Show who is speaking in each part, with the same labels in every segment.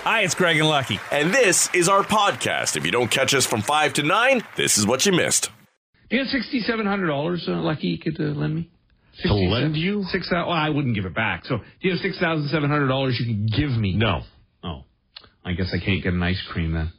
Speaker 1: Hi, it's Greg and Lucky.
Speaker 2: And this is our podcast. If you don't catch us from 5 to 9, this is what you missed.
Speaker 3: You got sixty seven hundred dollars, uh, Lucky, you could uh, lend me.
Speaker 4: To
Speaker 3: 67
Speaker 4: lend you?
Speaker 3: Six. thou- Well, I wouldn't give it back. So, do you have six thousand seven hundred dollars you can give me?
Speaker 4: No.
Speaker 3: Oh, I guess I can't get an ice cream then.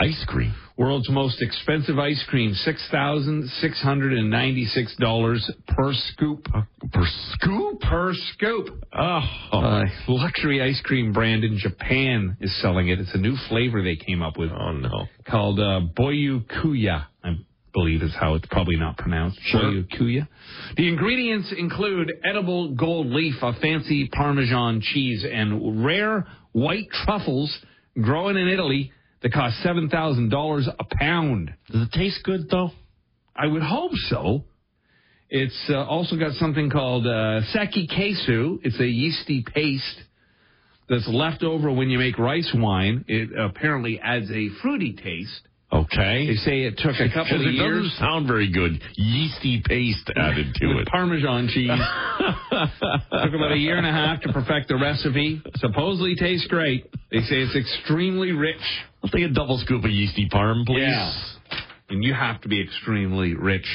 Speaker 4: Ice cream.
Speaker 3: World's most expensive ice cream, six thousand six hundred and ninety six dollars per scoop.
Speaker 4: Per scoop?
Speaker 3: Per scoop.
Speaker 4: Oh.
Speaker 3: Uh, luxury ice cream brand in Japan is selling it. It's a new flavor they came up with
Speaker 4: oh, no.
Speaker 3: called uh, Boyukuya, I believe is how it's probably not pronounced.
Speaker 4: Sure.
Speaker 3: Boyukuya. The ingredients include edible gold leaf, a fancy Parmesan cheese, and rare white truffles growing in Italy that cost $7,000 a pound.
Speaker 4: Does it taste good, though?
Speaker 3: I would hope so. It's uh, also got something called uh, saki kesu. It's a yeasty paste that's left over when you make rice wine. It apparently adds a fruity taste. They
Speaker 4: Okay.
Speaker 3: say it took a couple
Speaker 4: Because
Speaker 3: of
Speaker 4: it
Speaker 3: years
Speaker 4: doesn't sound very good. Yeasty paste added to
Speaker 3: with
Speaker 4: it.
Speaker 3: Parmesan cheese. took about a year and a half to perfect the recipe. Supposedly tastes great. They say it's extremely rich,
Speaker 4: I'll take a double scoop of yeasty parm, please.
Speaker 3: Yeah. and you have to be extremely rich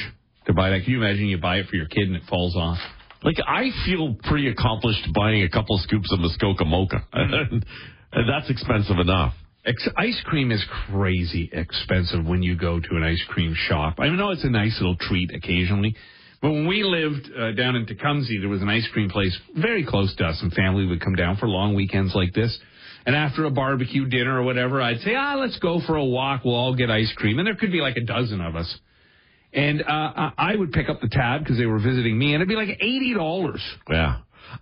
Speaker 3: to buy that. Can you imagine you buy it for your kid and it falls off?
Speaker 4: Like, I feel pretty accomplished buying a couple scoops of Muskoka Mocha. and that's expensive enough.
Speaker 3: Ex- ice cream is crazy expensive when you go to an ice cream shop. I know it's a nice little treat occasionally, but when we lived uh, down in Tecumseh, there was an ice cream place very close to us, and family would come down for long weekends like this. And after a barbecue dinner or whatever, I'd say, ah, let's go for a walk. We'll all get ice cream. And there could be like a dozen of us. And uh, I I would pick up the tab because they were visiting me, and it'd be like $80.
Speaker 4: Yeah.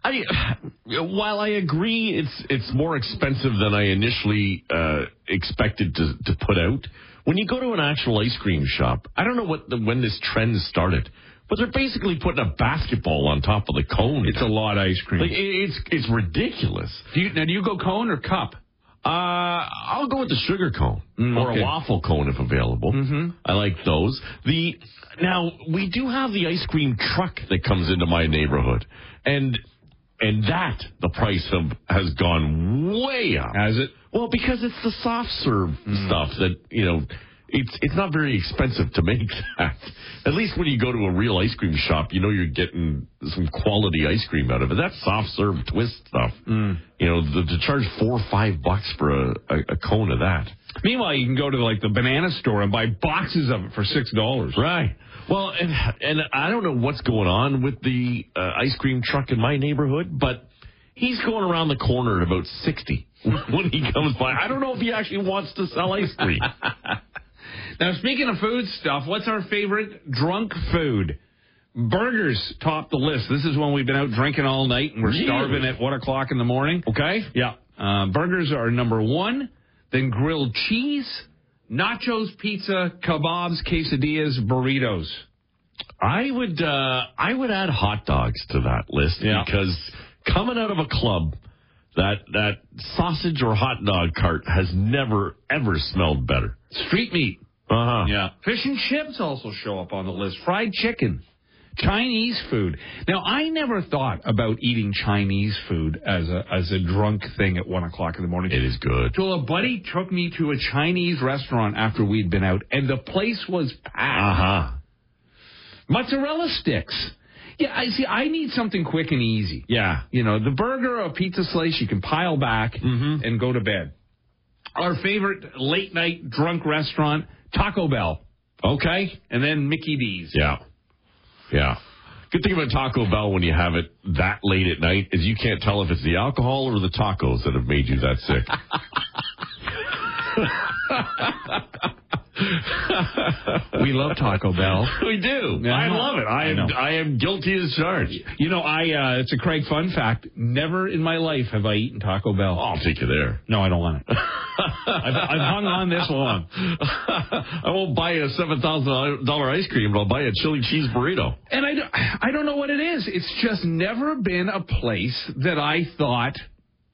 Speaker 4: I while I agree it's it's more expensive than I initially uh, expected to to put out. When you go to an actual ice cream shop, I don't know what the, when this trend started, but they're basically putting a basketball on top of the cone.
Speaker 3: It's a lot of ice cream.
Speaker 4: like it, it's it's ridiculous.
Speaker 3: do you, now, do you go cone or cup?
Speaker 4: Uh, I'll go with the sugar cone or
Speaker 3: okay.
Speaker 4: a waffle cone if available. Mm-hmm. I like those. The now we do have the ice cream truck that comes into my neighborhood, and and that the price of has gone way up.
Speaker 3: As it?
Speaker 4: Well, because it's the soft serve stuff that you know. It's it's not very expensive to make that. At least when you go to a real ice cream shop, you know you're getting some quality ice cream out of it. That soft serve twist stuff, you know, the, to charge four or five bucks for a, a, a cone of that.
Speaker 3: Meanwhile, you can go to like the banana store and buy boxes of it for six dollars.
Speaker 4: Right. Well, and and I don't know what's going on with the uh, ice cream truck in my neighborhood, but he's going around the corner at about sixty when he comes by. I don't know if he actually wants to sell ice cream.
Speaker 3: Now, speaking of food stuff, what's our favorite drunk food? Burgers top the list. This is when we've been out drinking all night and we're
Speaker 4: Really?
Speaker 3: starving at one o'clock in the morning.
Speaker 4: Okay.
Speaker 3: Yeah, uh, burgers are number one. Then grilled cheese, nachos, pizza, kebabs, quesadillas, burritos.
Speaker 4: I would uh, I would add hot dogs to that list
Speaker 3: Yeah.
Speaker 4: because coming out of a club, that that sausage or hot dog cart has never ever smelled better.
Speaker 3: Street meat.
Speaker 4: Uh huh.
Speaker 3: Yeah. Fish and chips also show up on the list. Fried chicken. Chinese food. Now, I never thought about eating Chinese food as a as a drunk thing at one o'clock in the morning.
Speaker 4: It is good.
Speaker 3: Till a buddy took me to a Chinese restaurant after we'd been out, and the place was
Speaker 4: Uh
Speaker 3: packed.
Speaker 4: huh.
Speaker 3: Mozzarella sticks. Yeah, I see. I need something quick and easy.
Speaker 4: Yeah.
Speaker 3: You know, the burger or pizza slice, you can pile back
Speaker 4: Mm-hmm.
Speaker 3: and go to bed. Our favorite late night drunk restaurant, Taco Bell,
Speaker 4: Okay.
Speaker 3: and then Mickey D's.
Speaker 4: Yeah. Yeah. Good thing about Taco Bell when you have it that late at night is you can't tell if it's the alcohol or the tacos that have made you that sick.
Speaker 3: We love Taco Bell.
Speaker 4: we do.
Speaker 3: Yeah, I
Speaker 4: I
Speaker 3: know.
Speaker 4: love it. I
Speaker 3: I
Speaker 4: am
Speaker 3: know.
Speaker 4: I am guilty as charged.
Speaker 3: You know, I uh, it's a Craig fun fact. Never in my life have I eaten Taco Bell.
Speaker 4: Oh, I'll take you there.
Speaker 3: No, I don't want it. I've, I've hung on this long.
Speaker 4: I won't buy you a seven thousand dollar ice cream, but I'll buy you a chili cheese burrito.
Speaker 3: And I, don't- I don't know what it is. It's just never been a place that I thought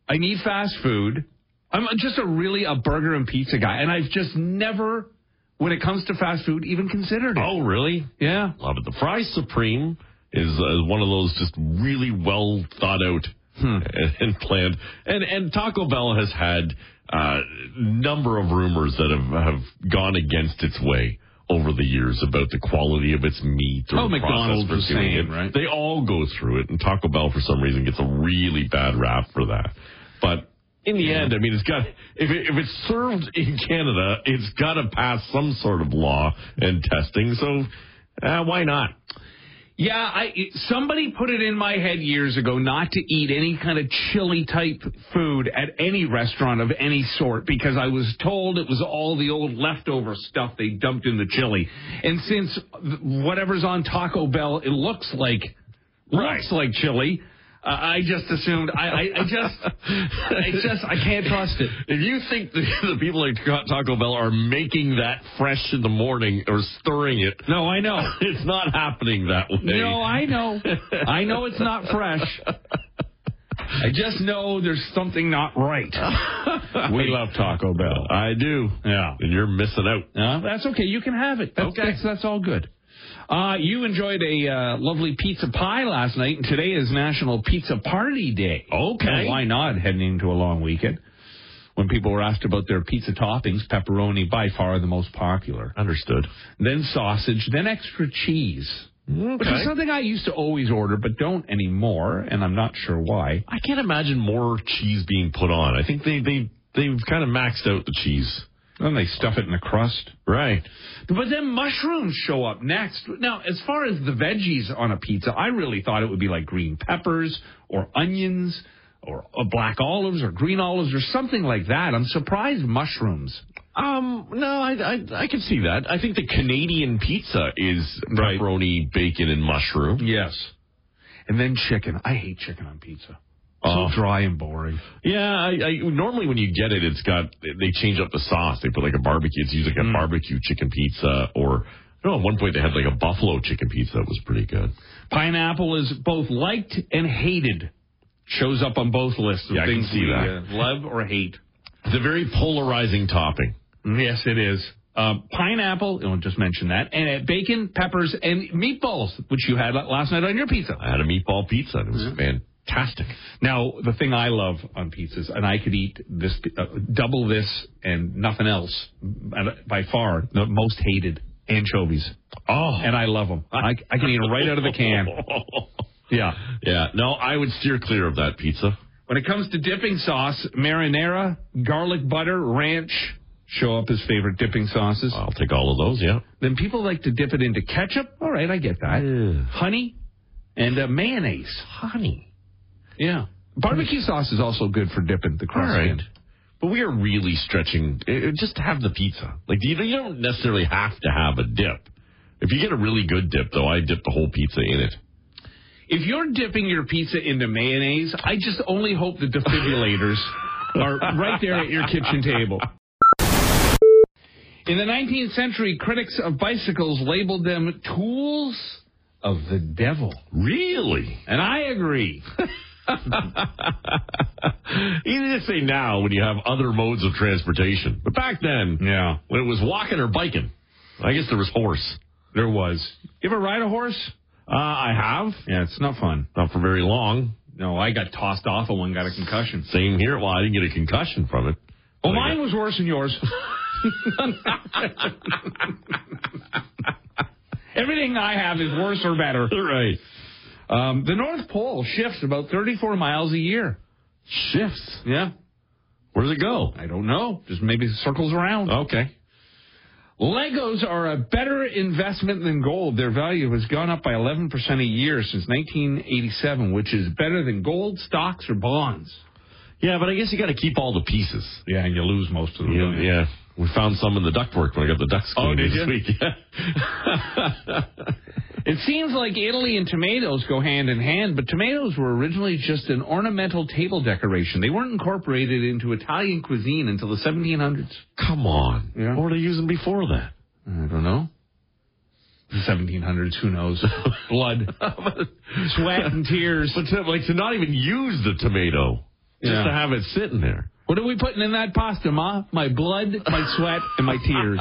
Speaker 3: I need fast food. I'm just a really a burger and pizza guy, and I've just never, when it comes to fast food, even considered it.
Speaker 4: Oh, really?
Speaker 3: Yeah.
Speaker 4: uh, Love it. The fry supreme is uh, one of those just really well thought out
Speaker 3: Hmm.
Speaker 4: and, and planned. And and Taco Bell has had a uh, number of rumors that have have gone against its way over the years about the quality of its meat or
Speaker 3: Oh,
Speaker 4: the
Speaker 3: McDonald's
Speaker 4: process for
Speaker 3: the
Speaker 4: doing
Speaker 3: same,
Speaker 4: it.
Speaker 3: right?
Speaker 4: They all go through it, and Taco Bell for some reason gets a really bad rap for that. But in the end, I mean, it's got if it, if it's served in Canada, it's got to pass some sort of law and testing. So uh, why not?
Speaker 3: Yeah, I it- somebody put it in my head years ago not to eat any kind of chili type food at any restaurant of any sort because I was told it was all the old leftover stuff they dumped in the chili. And since th- whatever's on Taco Bell, it looks like looks like chili. Uh, I just assumed. I, I, I just, I just, I can't trust it.
Speaker 4: If you think the, the people at Ta- Taco Bell are making that fresh in the morning or stirring it,
Speaker 3: No, I know.
Speaker 4: it's not happening that way.
Speaker 3: No, I know. I know it's not fresh. I just know there's something not right. we love Taco Bell.
Speaker 4: I do.
Speaker 3: Yeah.
Speaker 4: And you're missing out.
Speaker 3: Uh, that's okay. You can have it. That's,
Speaker 4: Okay.
Speaker 3: That's, that's all good. Uh, you enjoyed a uh, lovely pizza pie last night, and today is National Pizza Party Day.
Speaker 4: Okay.
Speaker 3: Now, why not heading into a long weekend? When people were asked about their pizza toppings, pepperoni by far the most popular,
Speaker 4: Understood.
Speaker 3: then sausage, then extra cheese, which is something I used to always order but don't anymore, and I'm not sure why.
Speaker 4: I can't imagine more cheese being put on. I think they, they, they've kind of maxed out the cheese.
Speaker 3: Then they stuff it in a crust.
Speaker 4: Right.
Speaker 3: But then mushrooms show up next. Now, as far as the veggies on a pizza, I really thought it would be like green peppers or onions or uh, black olives or green olives or something like that. I'm surprised mushrooms.
Speaker 4: Um, no, I, I, I can see that. I think the Canadian pizza is
Speaker 3: Right.
Speaker 4: pepperoni, bacon, and mushroom.
Speaker 3: Yes. And then chicken. I hate chicken on pizza.
Speaker 4: Oh.
Speaker 3: So dry and boring.
Speaker 4: Yeah, I, I normally when you get it, it's got they change up the sauce. They put like a barbecue. It's usually like a barbecue chicken pizza, or I don't know. At one point, they had like a buffalo chicken pizza that was pretty good.
Speaker 3: Pineapple is both liked and hated. Shows up on both lists of
Speaker 4: Yeah, I can
Speaker 3: things
Speaker 4: see
Speaker 3: we
Speaker 4: that.
Speaker 3: uh, love or hate.
Speaker 4: It's a very polarizing topping.
Speaker 3: Yes, it is. Uh, pineapple, I'll just mention that, and uh, bacon, peppers, and meatballs, which you had la- last night on your pizza.
Speaker 4: I had a meatball pizza. and It was fantastic.
Speaker 3: Now, the thing I love on pizzas, and I could eat this, uh, double this and nothing else, and, uh, by far, the most hated anchovies.
Speaker 4: Oh,
Speaker 3: And I love them. I, I can eat them right out of the can. Yeah.
Speaker 4: yeah. No, I would steer clear of that pizza.
Speaker 3: When it comes to dipping sauce, marinara, garlic butter, ranch show up as favorite dipping sauces.
Speaker 4: I'll take all of those. Yeah.
Speaker 3: Then people like to dip it into ketchup. All right, I get that.
Speaker 4: Yeah.
Speaker 3: Honey and uh, mayonnaise.
Speaker 4: Honey.
Speaker 3: Yeah. Barbecue sauce is also good for dipping the
Speaker 4: All
Speaker 3: crust
Speaker 4: right.
Speaker 3: in.
Speaker 4: But we are really stretching. eh, eh, Just have the pizza. Like you you don't necessarily have to have a dip. If you get a really good dip, though, I dip the whole pizza in it.
Speaker 3: If you're dipping your pizza into mayonnaise, I just only hope the defibrillators are right there at your kitchen table. In the 19th century, critics of bicycles labeled them tools of the devil.
Speaker 4: Really?
Speaker 3: And I agree.
Speaker 4: Easy to say now when you have other modes of transportation, but back then,
Speaker 3: Yeah.
Speaker 4: when it was walking or biking, I guess there was horse.
Speaker 3: There was. You ever ride a horse?
Speaker 4: Uh, I have
Speaker 3: Yeah, it's not fun.
Speaker 4: not for very long.
Speaker 3: No, I got tossed off of one, got a concussion.
Speaker 4: Same here. Well, I didn't get a concussion from it.
Speaker 3: Well, mine was worse than yours. Everything I have is worse or better.
Speaker 4: right.
Speaker 3: Um, the North Pole shifts about 34 miles a year.
Speaker 4: Shifts.
Speaker 3: Yeah.
Speaker 4: Where does it go?
Speaker 3: I don't know. Just maybe it circles around.
Speaker 4: Okay.
Speaker 3: Legos are a better investment than gold. Their value has gone up by 11% a year since 1987, which is better than gold, stocks, or bonds.
Speaker 4: Yeah, but I guess you got to keep all the pieces.
Speaker 3: Yeah, and you lose most of them.
Speaker 4: Yeah,
Speaker 3: don't you?
Speaker 4: yeah. We found some in the ductwork when I got the ducks
Speaker 3: Oh,
Speaker 4: cleaned
Speaker 3: did
Speaker 4: this
Speaker 3: ya?
Speaker 4: week.
Speaker 3: It seems like Italy and tomatoes go hand in hand, but tomatoes were originally just an ornamental table decoration. They weren't incorporated into Italian cuisine until the 1700s.
Speaker 4: Come on.
Speaker 3: Yeah.
Speaker 4: What were they using before that?
Speaker 3: I don't know. The 1700s, who knows? Blood, sweat, and tears.
Speaker 4: But to, like to not even use the tomato,
Speaker 3: Yeah.
Speaker 4: just to have it sitting there.
Speaker 3: What are we putting in that pasta, Ma? My blood, my sweat, and my tears.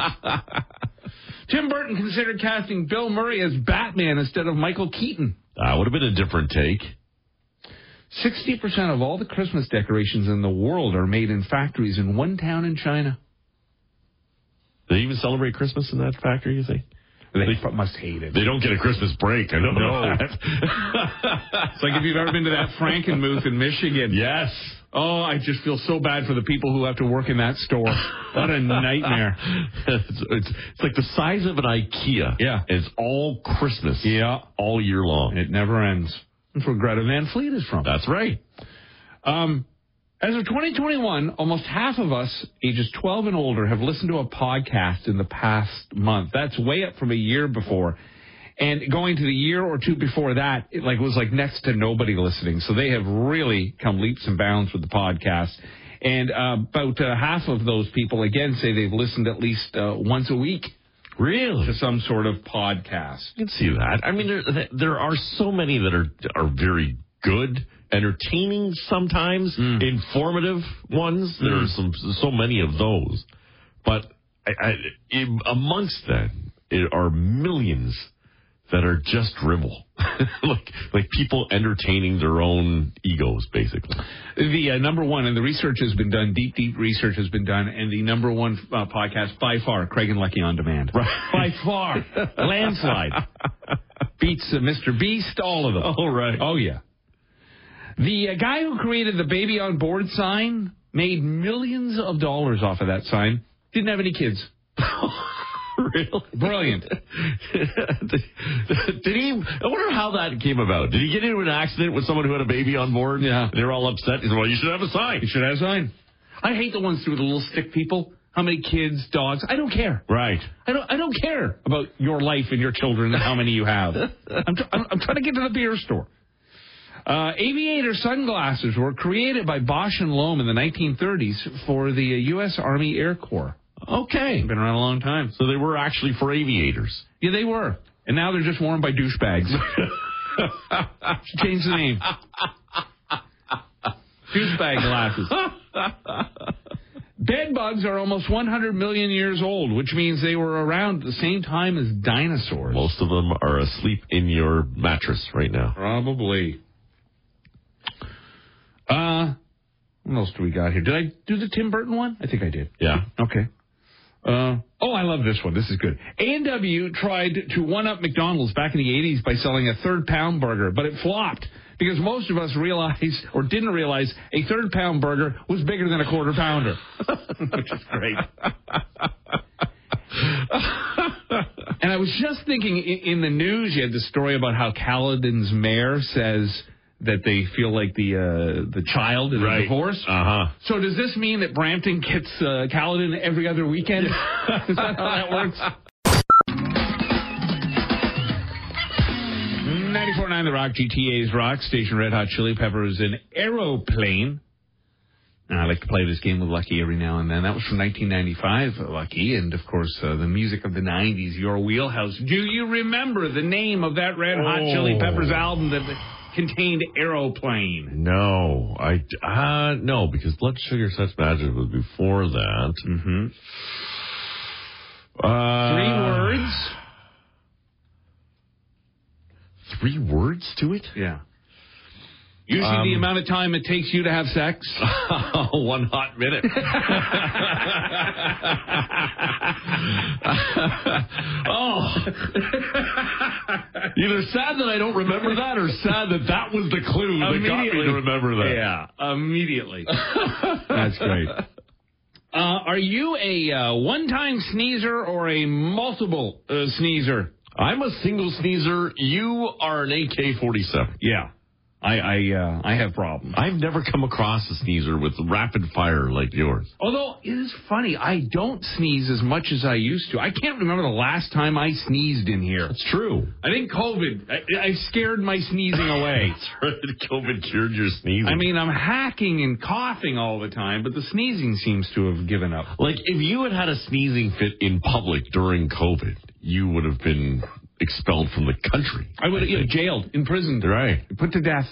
Speaker 3: Tim Burton considered casting Bill Murray as Batman instead of Michael Keaton.
Speaker 4: That would have been a different take.
Speaker 3: 60% of all the Christmas decorations in the world are made in factories in one town in China.
Speaker 4: They even celebrate Christmas in that factory, you think?
Speaker 3: They, f- must hate it.
Speaker 4: They don't get a Christmas break. I know that.
Speaker 3: It's like if you've ever been to that Frankenmuth in Michigan.
Speaker 4: Yes.
Speaker 3: Oh, I just feel so bad for the people who have to work in that store. What a nightmare.
Speaker 4: it's, it's, it's like the size of an IKEA.
Speaker 3: Yeah.
Speaker 4: And it's all Christmas.
Speaker 3: Yeah.
Speaker 4: All year long.
Speaker 3: It never ends. That's where Greta Van Fleet is from.
Speaker 4: That's right.
Speaker 3: Um, as of 2021, almost half of us, ages 12 and older, have listened to a podcast in the past month. That's way up from a year before. And going to the year or two before that, it like was like next to nobody listening. So they have really come leaps and bounds with the podcast. And uh, about uh, half of those people again say they've listened at least uh, once a week
Speaker 4: Really?
Speaker 3: to some sort of podcast.
Speaker 4: I can see that. I mean, there there are so many that are are very good, entertaining sometimes, informative ones. There are some so many of those, but I, I, in- amongst them it are millions that are just drivel, like like people entertaining their own egos, basically.
Speaker 3: The uh, number one, and the research has been done, deep, deep research has been done, and the number one uh, podcast by far, Craig and Lucky on Demand. Right. By far. landslide. Beats uh, Mr. Beast, all of them.
Speaker 4: All right.
Speaker 3: Oh, yeah. The uh, guy who created the baby on board sign made millions of dollars off of that sign. Didn't have any kids.
Speaker 4: really?
Speaker 3: Brilliant.
Speaker 4: Did he? I wonder how that came about. Did he get into an accident with someone who had a baby on board?
Speaker 3: Yeah.
Speaker 4: They were all upset. He said, "Well, you should have a sign."
Speaker 3: Should have a sign. I hate the ones with the little stick people. How many kids, dogs? I don't care.
Speaker 4: Right.
Speaker 3: I don't. I don't care about your life and your children and how many you have. I'm, tr- I'm, I'm trying to get to the beer store. Uh, aviator sunglasses were created by Bosch and Lohm in the 1930s for the uh, U.S. Army Air Corps.
Speaker 4: Okay.
Speaker 3: Been around a long time.
Speaker 4: So they were actually for aviators.
Speaker 3: Yeah, they were, and now they're just worn by douchebags. Should Change the name. Douchebag glasses. Bed bugs are almost 100 million years old, which means they were around at the same time as dinosaurs.
Speaker 4: Most of them are asleep in your mattress right now.
Speaker 3: Probably. Uh, what else do we got here? Did I do the Tim Burton one? I think I did.
Speaker 4: Yeah.
Speaker 3: Okay. Uh, oh, I love this one. This is good. A&W tried to one-up McDonald's back in the 80s by selling a third-pound burger, but it flopped because most of us realized or didn't realize a third-pound burger was bigger than a quarter-pounder. Which is great. and I was just thinking in, in the news, you had the story about how Caledon's mayor says that they feel like the uh, the child in a divorce.
Speaker 4: Uh huh.
Speaker 3: So does this mean that Brampton gets uh, Caledon every other weekend? Is that how that works? 94.9 The Rock, GTA's Rock Station, Red Hot Chili Peppers, and Aeroplane. And I like to play this game with Lucky every now and then. That was from 1995, Lucky, and of course uh, the music of the 90s, your wheelhouse. Do you remember the name of that Red Hot Chili
Speaker 4: Oh.
Speaker 3: Peppers album that contained Aeroplane?
Speaker 4: No, I uh, no because blood sugar sex magic was before that.
Speaker 3: Mm-hmm.
Speaker 4: Uh,
Speaker 3: Three words.
Speaker 4: Three words to it.
Speaker 3: Yeah. Usually
Speaker 4: Um,
Speaker 3: the amount of time it takes you to have sex.
Speaker 4: Oh, One hot minute. oh. Either sad that I don't remember that or sad that that was the clue that got me
Speaker 3: Immediately.
Speaker 4: to remember that.
Speaker 3: Yeah, immediately. That's great. Uh, are you a uh, one-time sneezer or a multiple uh, sneezer?
Speaker 4: I'm a single sneezer. You are an AK 47.
Speaker 3: Yeah, I I, uh, I have problems.
Speaker 4: I've never come across a sneezer with rapid fire like yours.
Speaker 3: Although it is funny, I don't sneeze as much as I used to. I can't remember the last time I sneezed in here.
Speaker 4: It's true.
Speaker 3: I think COVID. I, I scared my sneezing away.
Speaker 4: COVID cured your sneezing.
Speaker 3: I mean, I'm hacking and coughing all the time, but the sneezing seems to have given up.
Speaker 4: Like if you had had a sneezing fit in public during COVID, you would have been expelled from the country.
Speaker 3: I would have
Speaker 4: think.
Speaker 3: jailed, imprisoned,
Speaker 4: Right.
Speaker 3: put to death.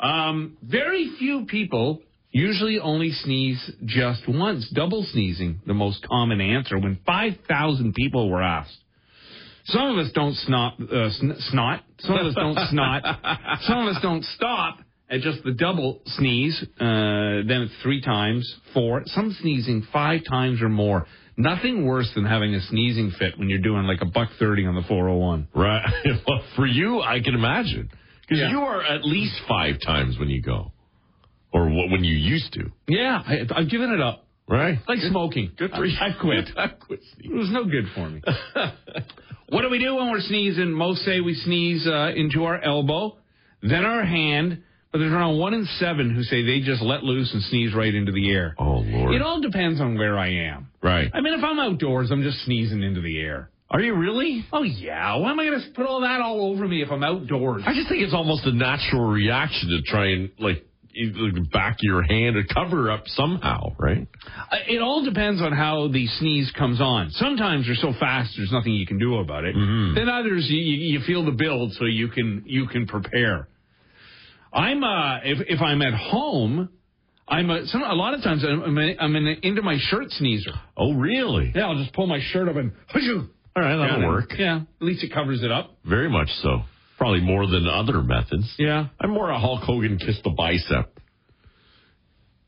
Speaker 3: Um, very few people usually only sneeze just once. Double sneezing, the most common answer, when 5,000 people were asked. Some of us don't snot, uh, sn- snot. Some of us don't snot. Some of us don't stop. And just the double sneeze, uh, then it's three times, four, some sneezing five times or more. Nothing worse than having a sneezing fit when you're doing like a buck thirty on the 401.
Speaker 4: Right. well, for you, I can imagine. Because
Speaker 3: Yeah.
Speaker 4: you are at least five times when you go, or wh- when you used to.
Speaker 3: Yeah, I, I've given it up.
Speaker 4: Right.
Speaker 3: Like smoking.
Speaker 4: Good for you.
Speaker 3: I, I quit.
Speaker 4: I quit sneezing.
Speaker 3: It was no good for me. what do we do when we're sneezing? Most say we sneeze uh, into our elbow, then our hand, but there's around one in seven who say they just let loose and sneeze right into the air.
Speaker 4: Oh Lord.
Speaker 3: It all depends on where I am.
Speaker 4: right.
Speaker 3: I mean, if I'm outdoors, I'm just sneezing into the air.
Speaker 4: Are you really?
Speaker 3: Oh, yeah. Why am I going to put all that all over me if I'm outdoors?
Speaker 4: I just think it's almost a natural reaction to try and like e- like, back your hand or cover up somehow, right?
Speaker 3: Uh, It all depends on how the sneeze comes on. Sometimes you're so fast, there's nothing you can do about it.
Speaker 4: Mm-hmm.
Speaker 3: Then others, you, you you feel the build, so you can you can prepare. I'm uh, if if I'm at home, I'm a, some, a lot of times I'm I'm, I'm in, into my shirt sneezer.
Speaker 4: Oh really?
Speaker 3: Yeah, I'll just pull my shirt up and
Speaker 4: All right, that'll
Speaker 3: Yeah,
Speaker 4: work.
Speaker 3: Yeah, at least it covers it up.
Speaker 4: Very much so. Probably more than other methods.
Speaker 3: Yeah,
Speaker 4: I'm more a Hulk Hogan kiss the bicep.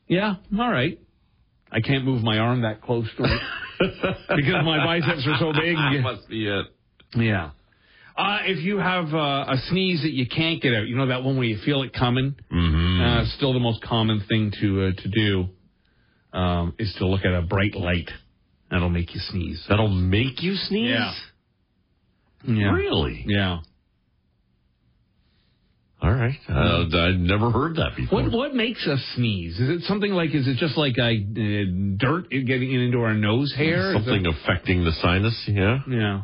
Speaker 3: yeah, all right. I can't move my arm that close to it because my biceps are so big.
Speaker 4: must be it.
Speaker 3: Yeah. Uh, if you have uh, a sneeze that you can't get out, you know that one where you feel it coming. Mm-hmm. Uh, still, the most common thing to uh, to do um, is to look at a bright light. That'll make you sneeze.
Speaker 4: That'll make you sneeze?
Speaker 3: Yeah. Yeah.
Speaker 4: Really?
Speaker 3: Yeah.
Speaker 4: All right. Uh, I'd never heard that before.
Speaker 3: What what makes us sneeze? Is it something like? Is it just like uh, uh, dirt getting into our nose hair? Is
Speaker 4: Something affecting the sinus, yeah?
Speaker 3: that- yeah.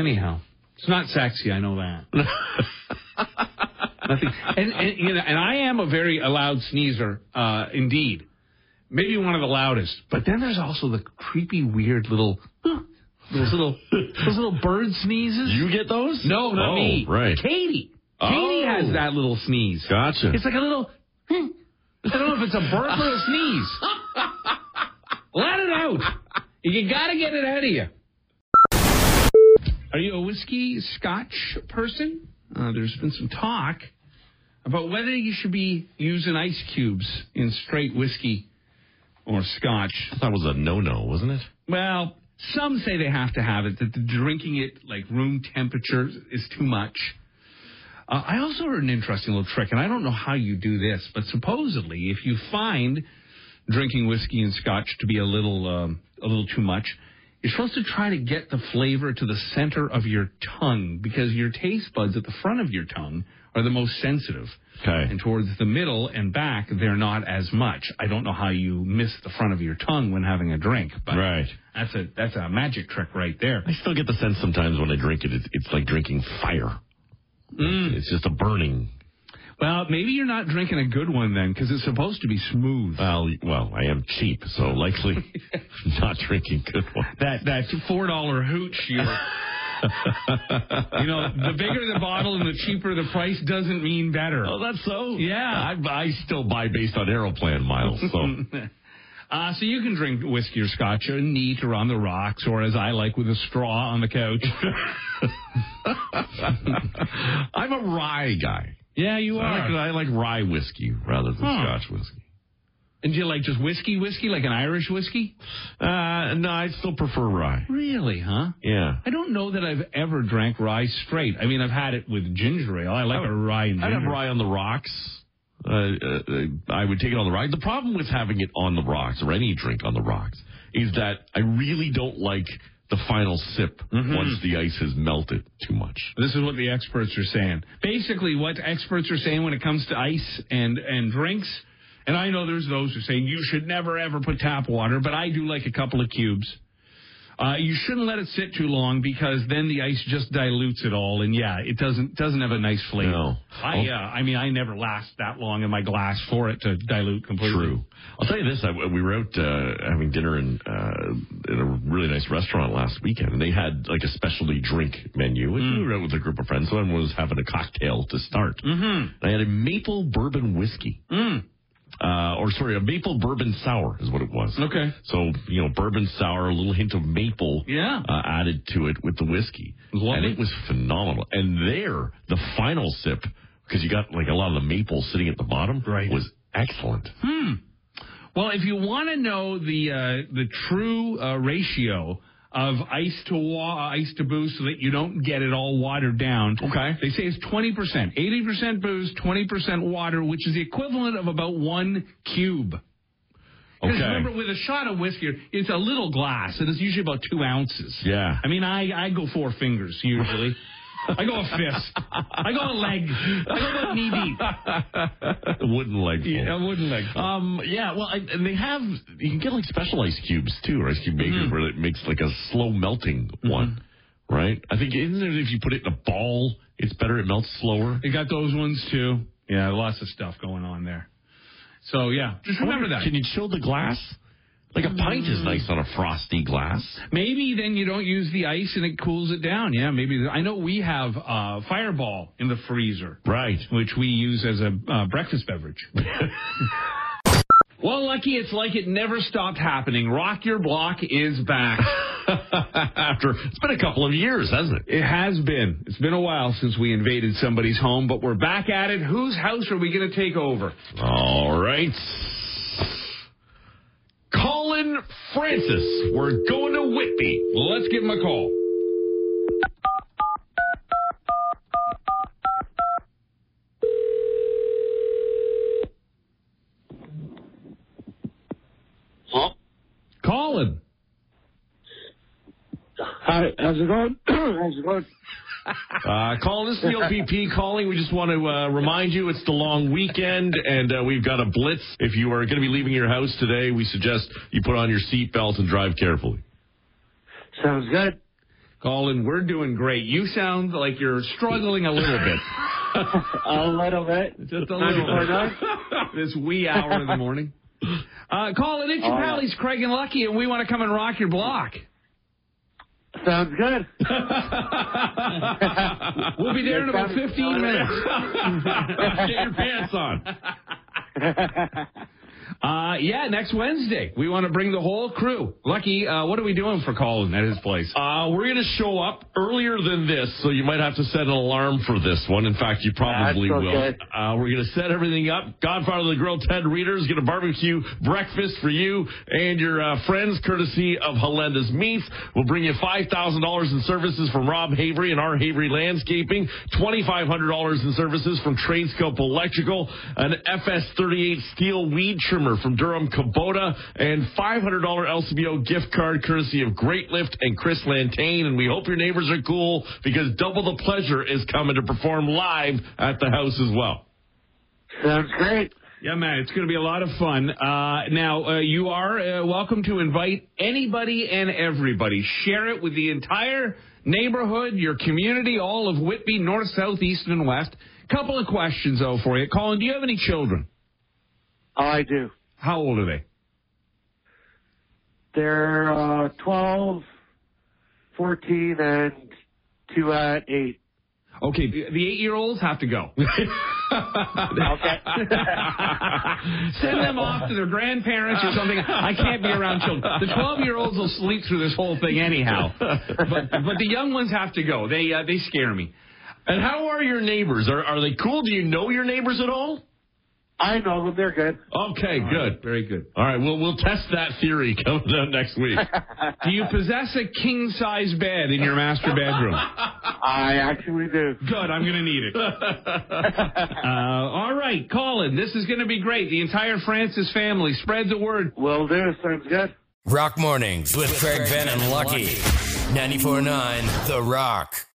Speaker 3: Anyhow, it's not sexy. I know that. Nothing. And, and you know, and I am a very a loud sneezer, uh, indeed. Maybe one of the loudest. But then there's also the creepy, weird little those little those little bird sneezes.
Speaker 4: You get those?
Speaker 3: no, not
Speaker 4: oh,
Speaker 3: me.
Speaker 4: Right.
Speaker 3: Katie. Katie
Speaker 4: Oh.
Speaker 3: has that little sneeze.
Speaker 4: Gotcha.
Speaker 3: It's like a little. I don't know if it's a burp or a sneeze. Let it out. You gotta get it out of you. Are you a whiskey Scotch person? Uh, there's been some talk about whether you should be using ice cubes in straight whiskey or Scotch.
Speaker 4: that was a no-no, wasn't it?
Speaker 3: Well, some say they have to have it, that the drinking it like room temperature is too much. Uh, I also heard an interesting little trick, and I don't know how you do this, but supposedly if you find drinking whiskey and scotch to be a little um, a little too much, you're supposed to try to get the flavor to the center of your tongue because your taste buds at the front of your tongue are the most sensitive.
Speaker 4: Okay.
Speaker 3: And towards the middle and back, they're not as much. I don't know how you miss the front of your tongue when having a drink, but
Speaker 4: Right.
Speaker 3: that's a that's a magic trick right there.
Speaker 4: I still get the sense sometimes when I drink it, it's, it's like drinking fire. It's just a burning.
Speaker 3: Well, maybe you're not drinking a good one then, because it's supposed to be smooth.
Speaker 4: Well, well, I am cheap, so likely not drinking good one.
Speaker 3: That that four dollar hooch, you you know, the bigger the bottle and the cheaper the price doesn't mean better.
Speaker 4: Oh, that's so.
Speaker 3: Yeah.
Speaker 4: I, I still buy based on aeroplan miles. So
Speaker 3: Uh, so you can drink whiskey or scotch, or neat, or on the rocks, or as I like, with a straw on the couch.
Speaker 4: I'm a rye guy.
Speaker 3: yeah, you
Speaker 4: I like,
Speaker 3: are. Uh,
Speaker 4: I like rye whiskey rather than Scotch whiskey.
Speaker 3: And do you like just whiskey, whiskey, like an Irish whiskey?
Speaker 4: Uh, no, I still prefer rye.
Speaker 3: Really, huh?
Speaker 4: Yeah.
Speaker 3: I don't know that I've ever drank rye straight. I mean, I've had it with ginger ale. I like a rye and
Speaker 4: I'd
Speaker 3: ginger.
Speaker 4: have rye on the rocks. Uh, uh, uh, I would take it on the rocks. The problem with having it on the rocks or any drink on the rocks is that I really don't like the final sip once the ice has melted too much.
Speaker 3: This is what the experts are saying. Basically, what experts are saying when it comes to ice and and drinks, and I know there's those who say you should never ever put tap water, but I do like a couple of cubes. Uh, you shouldn't let it sit too long because then the ice just dilutes it all, and yeah, it doesn't doesn't have a nice flavor.
Speaker 4: No. Oh.
Speaker 3: I uh, I mean, I never last that long in my glass for it to dilute completely.
Speaker 4: True. I'll tell you this: I, we were out uh, having dinner in uh, in a really nice restaurant last weekend, and they had like a specialty drink menu. And
Speaker 3: Hmm.
Speaker 4: we were out with a group of friends. Someone was having a cocktail to start. Mm-hmm. And I had a maple bourbon whiskey.
Speaker 3: Mm.
Speaker 4: Uh, or sorry, a maple bourbon sour is what it was.
Speaker 3: Okay.
Speaker 4: So you know, bourbon sour, a little hint of maple
Speaker 3: Yeah.
Speaker 4: uh, added to it with the whiskey,
Speaker 3: Lovely.
Speaker 4: and it was phenomenal. And there, the final sip because you got like a lot of the maple sitting at the bottom.
Speaker 3: Right.
Speaker 4: Was excellent.
Speaker 3: Well, if you want to know the uh, the true uh, ratio of ice to wa- uh, ice to booze, so that you don't get it all watered down,
Speaker 4: Okay.
Speaker 3: they say it's twenty percent, eighty percent booze, twenty percent water, which is the equivalent of about one cube. 'Cause remember, with a shot of whiskey, it's a little glass, and it's usually about two ounces.
Speaker 4: Yeah.
Speaker 3: I mean, I I go four fingers usually. I go a fist. I go a leg. I go about knee deep.
Speaker 4: Wooden leg. full.
Speaker 3: Yeah, a wooden leg.
Speaker 4: Um, yeah, well, I, and they have you can get like special ice cubes too, or ice cube
Speaker 3: Mm-hmm.
Speaker 4: makers where it makes like a slow melting one, right? I think isn't there if you put it in a ball, it's better. It melts slower.
Speaker 3: You got those ones too. Yeah, lots of stuff going on there. So yeah, just remember that. Mm.
Speaker 4: Can you chill the glass? Like a pint is nice on a frosty glass.
Speaker 3: Maybe then you don't use the ice and it cools it down. Yeah, maybe. I know we have uh, Fireball in the freezer,
Speaker 4: Right.
Speaker 3: which we use as a uh, breakfast beverage. well, lucky it's like it never stopped happening. Rock Your Block is back.
Speaker 4: After it's been a couple of years, hasn't it?
Speaker 3: It has been. It's been a while since we invaded somebody's home, but we're back at it. Whose house are we going to take over?
Speaker 4: All right. Colin Francis, we're going to Whitby.
Speaker 3: Let's give him a call.
Speaker 1: Huh?
Speaker 3: Colin.
Speaker 1: Hi, how's it going? how's it going?
Speaker 4: Uh, call this is the OPP calling. We just want to uh, remind you it's the long weekend and uh, we've got a blitz. If you are going to be leaving your house today, we suggest you put on your seatbelt and drive carefully.
Speaker 1: Sounds good.
Speaker 3: Colin, we're doing great. You sound like you're struggling a little bit.
Speaker 1: A little bit.
Speaker 3: Just a
Speaker 1: Why
Speaker 3: little
Speaker 1: not?
Speaker 3: bit. this wee hour in the morning. Uh, Colin, it's your
Speaker 1: All right.
Speaker 3: pals, Craig and Lucky, and we want to come and rock your block.
Speaker 1: Sounds good.
Speaker 3: We'll be there in about 15 minutes.
Speaker 4: Get your pants on.
Speaker 3: Uh, yeah, next Wednesday. We want to bring the whole crew. Lucky, uh, what are we doing for Colin at his place?
Speaker 4: Uh, we're going to show up earlier than this, so you might have to set an alarm for this one. In fact, you probably
Speaker 1: That's
Speaker 4: will.
Speaker 1: okay.
Speaker 4: Uh, we're going to set everything up. Godfather of the Grill, Ted Reader is going to barbecue breakfast for you and your uh, friends, courtesy of Helenda's Meats. We'll bring you $5,000 in services from Rob Havery and R. Havery Landscaping, $2,500 in services from Tradescope Electrical, an FS38 steel weed trimmer from Durham Kubota, and $500 LCBO gift card courtesy of Great Lift and Chris Lantain. And we hope your neighbors are cool because Double the Pleasure is coming to perform live at the house as well.
Speaker 1: Sounds great.
Speaker 3: Yeah, man, it's going to be a lot of fun. Uh, now, uh, you are uh, welcome to invite anybody and everybody. Share it with the entire neighborhood, your community, all of Whitby, north, south, east, and west. Couple of questions, though, for you. Colin, do you have any children?
Speaker 1: Oh, I do.
Speaker 3: How old are they?
Speaker 1: They're uh, 12, 14, and two at eight.
Speaker 3: Okay, the the eight-year-olds have to go.
Speaker 1: Okay.
Speaker 3: Send them off to their grandparents or something. I can't be around children. The 12-year-olds will sleep through this whole thing anyhow. But, but the young ones have to go. They uh, they scare me.
Speaker 4: And how are your neighbors? Are, are they cool? Do you know your neighbors at all?
Speaker 1: I know them. They're good.
Speaker 4: Okay, good.
Speaker 3: Very good.
Speaker 4: All right, well, we'll test that theory coming up next week.
Speaker 3: Do you possess a king size bed in your master bedroom?
Speaker 1: I actually do.
Speaker 3: Good, I'm going to need it. Uh, all right, Colin, this is going to be great. The entire Francis family, spread the word.
Speaker 1: Will do. Sounds good.
Speaker 5: Rock Mornings with Craig Venn and Lucky. 94.9 The Rock.